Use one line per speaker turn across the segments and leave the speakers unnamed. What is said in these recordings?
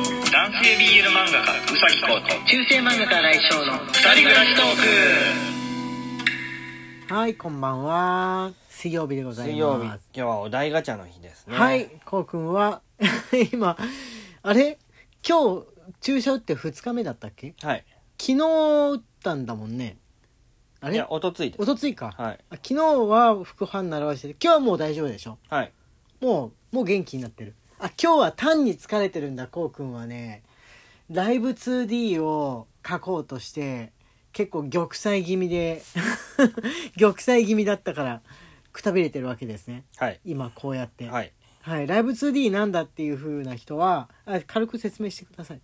系 BL 漫画家うさぎこと
中世漫画家来翔の
二人暮らしトー
はいこんばんは水曜日でございます
水曜日今日はお題ガチャの日ですね
はいこうくんは 今あれ今日注射打って2日目だったっけ
はい
昨日打ったんだもんねあ
い
れ
やおとついで
お
す
とついか、
はい
あ昨日は副反習わしてて今日はもう大丈夫でしょ
はい
もうもう元気になってるあ今日は単に疲れてるんだこうくんはねライブ 2D を書こうとして結構玉砕気味 で玉砕気味だったからくたびれてるわけですね
はい
今こうやって
はい
はい、ライブ 2D なんだっていう風な人はあ軽く説明してください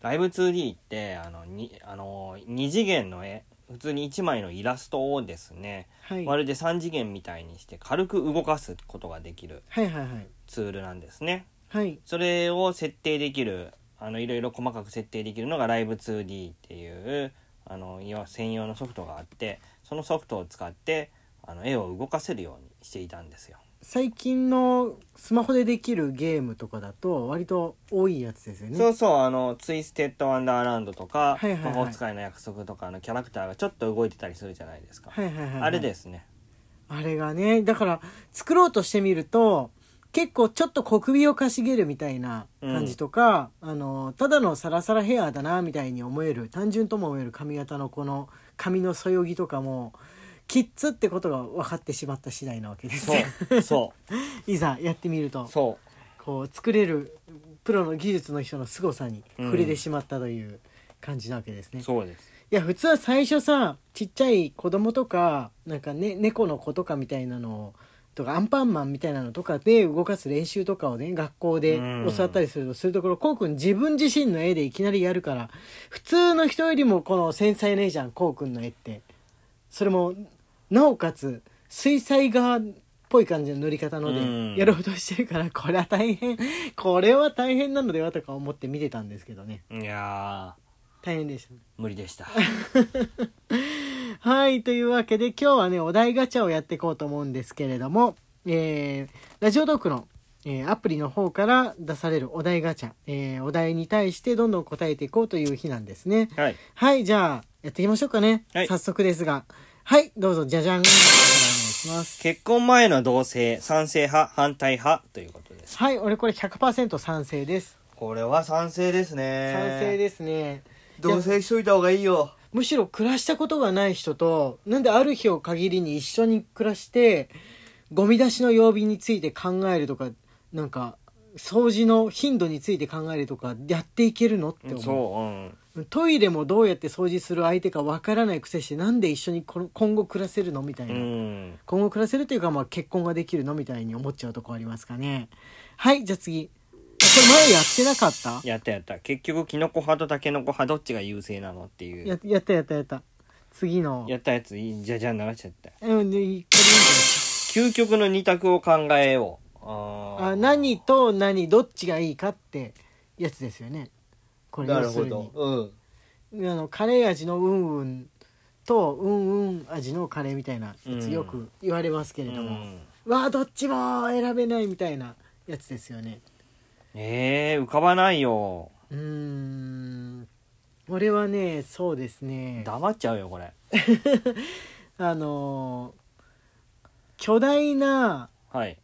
ライブ 2D ってあのにあの2次元の絵普通に1枚のイラストをですね、
はい
ま
はい
るで3次元みたいにして軽く動かすことができる
はいはい
ツールなんですね
はい
それを設定できるあのいろいろ細かく設定できるのがライブ 2D っていうあのいわ専用のソフトがあってそのソフトを使ってあの絵を動かせるようにしていたんですよ
最近のスマホでできるゲームとかだと割と多いやつですよね
そうそうあの「ツイステッド・ワンダーランド」とか「
はいはいはい
魔法使いの約束」とかのキャラクターがちょっと動いてたりするじゃないですか、
はいはいはいはい
あれですね
あれがねだから作ろうとしてみると結構ちょっと小首をかしげるみたいな感じとか、あのただのサラサラヘアだなみたいに思える単純とも思える髪型のこの髪のそよぎとかもキッズってことが分かってしまった次第なわけです
そ
ね
うそ
いざやってみると
うそ
こう作れるプロの技術の人の凄さに触れてしまったという感じなわけですね。
うそうです
いや普通は最初さちっちゃい子供とかなんか、ね、猫の子とかみたいなのをとかアンパンマンみたいなのとかで動かす練習とかをね学校で
うん
教わったりするとするところこうくん自分自身の絵でいきなりやるから普通の人よりもこの繊細な絵じゃんこうくんの絵ってそれもなおかつ水彩画っぽい感じの塗り方の
うん
でやろうとしてるからこれは大変これは大変なのではとか思って見てたんですけどね
いや
大変でしたね。
ー無理でした
はい、というわけで今日はね、お題ガチャをやっていこうと思うんですけれども、えー、ラジオトークの、えーアプリの方から出されるお題ガチャ、えーお題に対してどんどん答えていこうという日なんですね。
はい
はい、じゃあ、やっていきましょうかね。
はい
早速ですが。はい、どうぞ、じゃじゃん。お願いします。
結婚前の同性賛成派反対派ということです
はい、俺これ100%賛成です。
これは賛成ですね
賛成ですね。
同性しといた方がいいよ
むしろ暮らしたことがない人となんである日を限りに一緒に暮らしてゴミ出しの曜日について考えるとかなんか掃除の頻度について考えるとかやっていけるのって思
そううん
うトイレもどうやって掃除する相手かわからないくせしてなんで一緒にこの今後暮らせるのみたいな、
うん
今後暮らせるというか、まあ、結婚ができるのみたいに思っちゃうとこありますかねはいじゃあ次これ前やってなかった
やったやった結局キノコ派とタケノコ派どっちが優勢なのっていう
ややったやったやった次の
やったやついいじゃじゃん流しちゃった
うんでこれいいんじゃない
究極の二択を考えようあー
あ何と何どっちがいいかってやつですよねこれ
なる
要す
ほ
るに
どうん
あのカレー味のうんうんとうんうん味のカレーみたいなや
う
つ
ん
よく言われますけ
う
れども、
ん
わあどっちも選べないみたいなやつですよね
えー、浮かばないよ
うーん俺はねそうですね
黙っちゃうよこれ
あのー巨大な
はい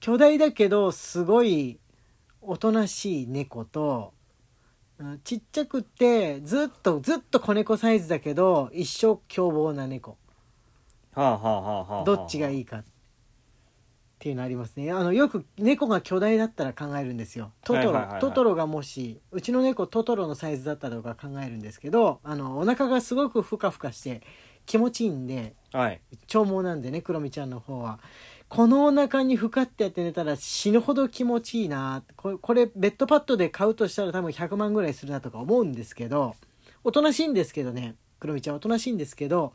巨大だけどすごいおとなしい猫とうんちっちゃくてずっとずっと子猫サイズだけど一生凶暴な猫
はあはあはあはあ
どっちがい
い
いかっていうのありますねあのよく猫が巨大だったら考えるんですよトトロ、
はいはいはいはい
トトロがもしうちの猫トトロのサイズだったとか考えるんですけどあのお腹がすごくふかふかして気持ちいいんで
はい
長毛なんでねクロミちゃんの方はこのお腹にふかってやって寝たら死ぬほど気持ちいいなこれこれベッドパッドで買うとしたら多分100万ぐらいするなとか思うんですけどおとなしいんですけどねクロミちゃんおとなしいんですけど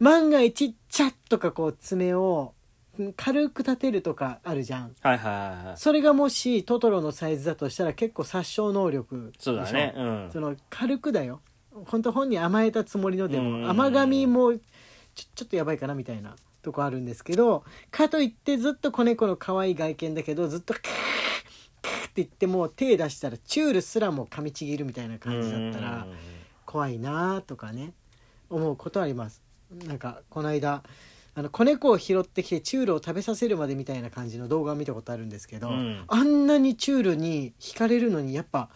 万が一チャッとかこう爪をん軽く立てるとかあるじゃん
はいはいはいはい
それがもしトトロのサイズだとしたら結構殺傷能力
そうだ
でし
ね
ょ
うん
その軽くだよ本当本に甘えたつもりので
うん
も甘噛みもちょちょっとやばいかなみたいなとこあるんですけどかといってずっと子猫の可愛い外見だけどずっとカーッカーッって言っても手出したらチュールすらも噛みちぎるみたいな感じだったら
うん
怖いなあとかね思うことありますなんかこの間あの子猫を拾ってきてチュールを食べさせるまでみたいな感じの動画を見たことあるんですけど、
うん
あんなにチュールに惹かれるのにやっぱ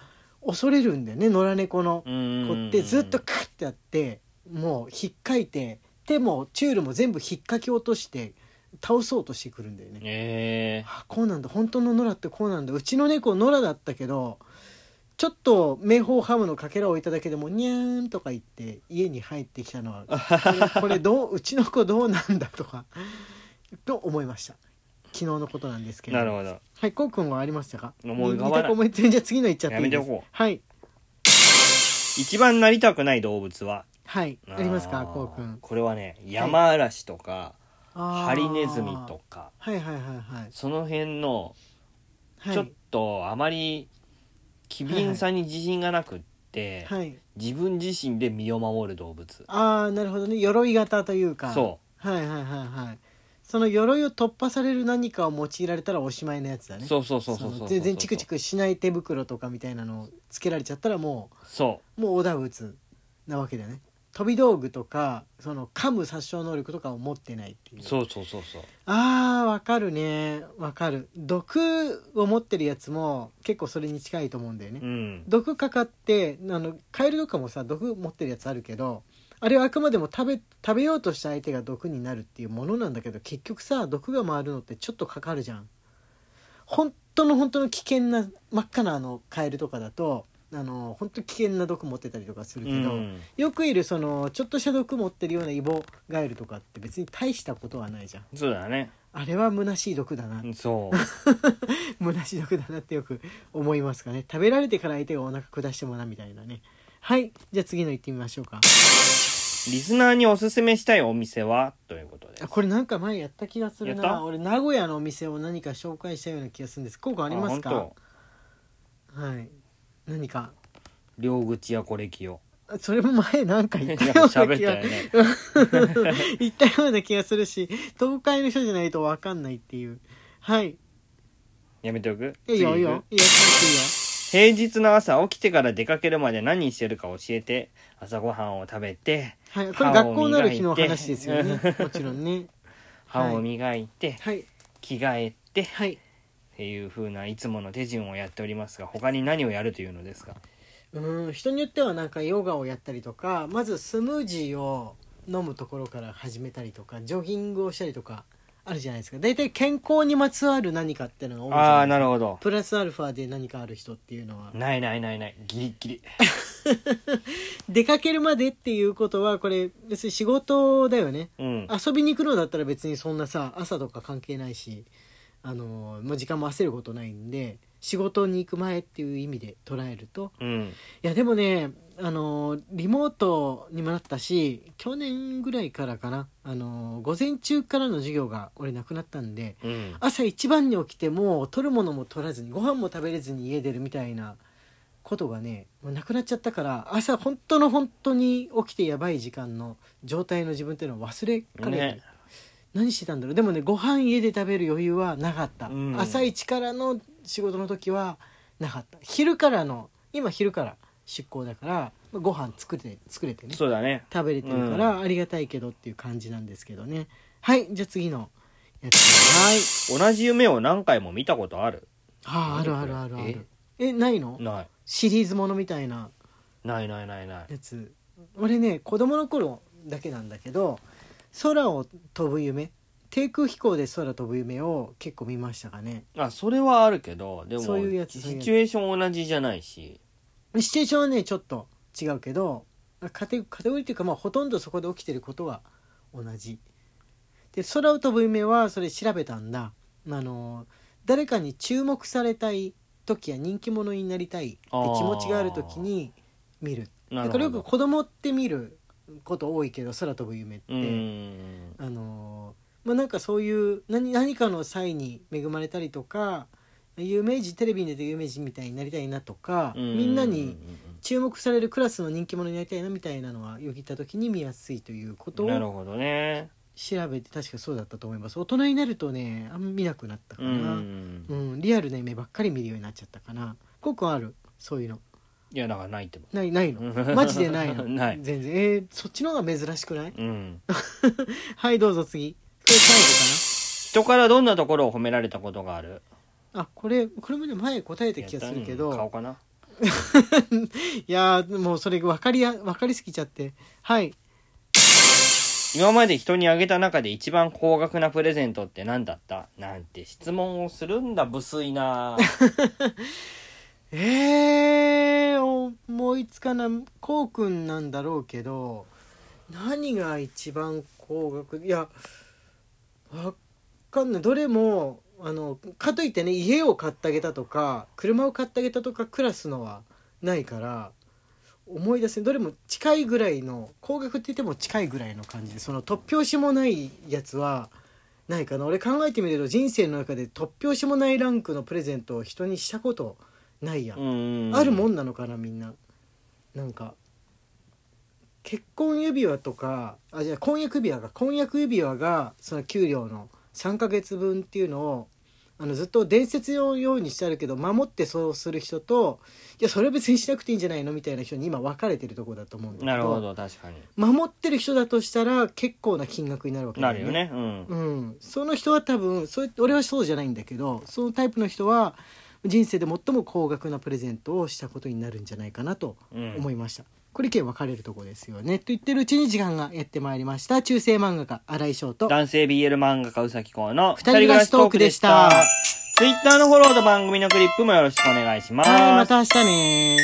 恐れるんだよね野良猫の
うん
子ってずっとカッてやってもうひっかいて手もチュールも全部ひっかき落として倒そうとしてくるんだよね。
え
あこうなんだ本当のノラってこうなんだうちの猫ノラだったけどちょっと明宝ハムのかけらを置いただけでもにゃーんとか言って家に入ってきたのはこ れこれどううちの子どうなんだとかと思いました昨日のことなんです
え
けど
なるほど
はいこうくんはありましたか
思い浮かばない
似た子も言ってるじゃあ次のいっちゃっていいです
やめておこう
はい
一番なりたくない動物は
はいありますか
ー
こうくん
これはね山嵐とか、
あー
ハリネズミとか
はいはいはいはい
その辺の
はい
ちょっとあまり機敏さに自信がなくって、
はい
自分自身で身を守る動物
ああなるほどね鎧型というか
そ
はいはいはいはいその鎧を突破される何かを用いられたらおしまいのやつだ
う、
ね
そうそうそうそうそう
そ
そ
の
う
全然チクチクしない手袋とかみたいなのをつけられちゃったらも
そう
もうオダウツなわけだね飛び道具とかその噛む殺傷能力とかを持ってないっていうう
そうそうそうそう
あーわかるねわかる毒を持ってるやつも結構それに近いと思うんだよね、
うん
毒かかってあのカエルとかもさ毒持ってるやつあるけどあれはあくまでも食べ食べようとした相手が毒になるっていうものなんだけど結局さ毒が回るのってちょっとかかるじゃん。本当の本当の危険な真っ赤なあのカエルとかだとあの本当危険な毒持ってたりとかする
う
けど、
ん
よくいるそのちょっとした毒持ってるようなイボガエルとかって別に大したことはないじゃん。
そうだね
あれは虚しい毒だな
そう
虚し毒だなってよく思いますかね食べられてから相手がお腹下してもなみたいなねはいじゃあ次の行ってみましょうか
リスナーにおすすめしたいお店はということで
あこれなんか前やった気がする
やった
な俺名古屋のお店を何か紹介したような気がするんです効果あります
あ
か
本
はい何か
当両口やこれ きよ
あそれも前なんか言ったような気が
喋ったよね
言ったような気がするし東海の人じゃないと分かんないっていうはい
やめておく
いいよいい
次行
よ
く
いいよ
平日の朝起きてから出かけるまで何してるか教えて朝ごはんを食べて
はいこれ
歯を磨い
学
て
校のある日の話ですよ ねもちろんね
歯を磨いて、
はい
着替えてっ
はい
ていう風ないつもの手順をやっておりますが他に何をやるというのですか
うん人によってはなんかヨガをやったりとかまずスムージーを飲むところから始めたりとかジョギングをしたりとかあるじゃないですか大体健康にまつわる何かっていうのが多いじゃ
あ
な
あ
い
なるほど
プラスアルファで何かある人っていうのは
ないないないないギリギリ
出かけるまでっていうことはこれ別に仕事だよね
うん
遊びに行くのだったら別にそんなさ朝とか関係ないしあのもう時間も焦ることないんで仕事に行く前っていう意味で捉えると
うん
いやでもねあのーリモートにもなったし去年ぐらいからかなあのー午前中からの授業が俺なくなったんで
うん
朝一番に起きてもう取るものも取らずにご飯も食べれずに家出るみたいなことがねもうなくなっちゃったから朝本当の本当に起きてやばい時間の状態の自分っていうのを忘れかねてる
ね
何してたんだろうでもねご飯家で食べる余裕はなかった、
うん
朝一からの仕事の時はなかった昼からの今昼から出向だからまあご飯作れて作れてね
そうだね
食べれてるか
う
らありがたいけどっていう感じなんですけどねはいじゃあ次のやつはい
同じ夢を何回も見たことある
あああるあるあるあるえないの
ない
シリーズものみたいな
ないないないない
やつ俺ね子供の頃だけなんだけど空を飛ぶ夢低空飛行で空飛ぶ夢を結構見ましたかね
あそれはあるけどでも
そういうやつ
シ
そういうやつ
チュエーション同じじゃないし
シチュエーションはねちょっと違うけどカテカテゴリーというか、まあ、ほとんどそこで起きてることは同じで空を飛ぶ夢はそれ調べたんだあの誰かに注目されたい時や人気者になりたいって気持ちがある時に見るだ
なる
か
ほ
ら
ど
よく子供って見ること多いけど空飛ぶ夢って、
うん
あのーまあなんかそういう何何かの際に恵まれたりとか有名人テレビに出て有名人みたいになりたいなとか、
うん
みんなに注目されるクラスの人気者になりたいなみたいなのはよぎった時に見やすいということ
なる
を
ほどね
調べて確かそうだったと思います大人になるとねあんま見なくなったか
う
な、うん
ん
リアルな夢ばっかり見るようになっちゃったかなココあるそういうの
いやだからないってば
ないないの マジでないの
ない
全然えー、そっちの方が珍しくない
うん
はいどうぞ次これ最後
人からどんなところを褒められたことがある
かなあこれこれもね前答えた気がするけど
やったうん顔かない
やーもうそれ分かりや分かりすぎちゃってはい
今まで人にあげた中で一番高額なプレゼントって何だったなんて質問をするんだ無粋 な
えー、思いつかないこうくんなんだろうけど何が一番高額いやわかんないどれもあのかといってね家を買ってあげたとか車を買ってあげたとかクラスのはないから思い出せないどれも近いぐらいの高額って言っても近いぐらいの感じでその突拍子もないやつはないかな俺考えてみると人生の中で突拍子もないランクのプレゼントを人にしたことないやん
うん
あるも
ん
んなのかなみんななんか結婚指輪とかあじゃあ婚約指輪が婚約指輪がその給料の3ヶ月分っていうのをあのずっと伝説のようにしてあるけど守ってそうする人といやそれは別にしなくていいんじゃないのみたいな人に今分かれてるところだと思うんだけど
なるほど確かに
守ってる人だとしたら結構な金額になるわけ
なるよねうん
うん、その人は多分それ俺はそうじゃないんだけどそのタイプの人は人生で最も高額なプレゼントをしたことになるんじゃないかなと
うん
思いました、これ意見分かれるとこですよねと言ってるうちに時間がやってまいりました中世漫画家新井翔と
男性 BL 漫画家うさきこうの
二人暮らしトークでした
ツイッターのフォローと番組のクリップもよろしくお願いします。
はいまた明日ね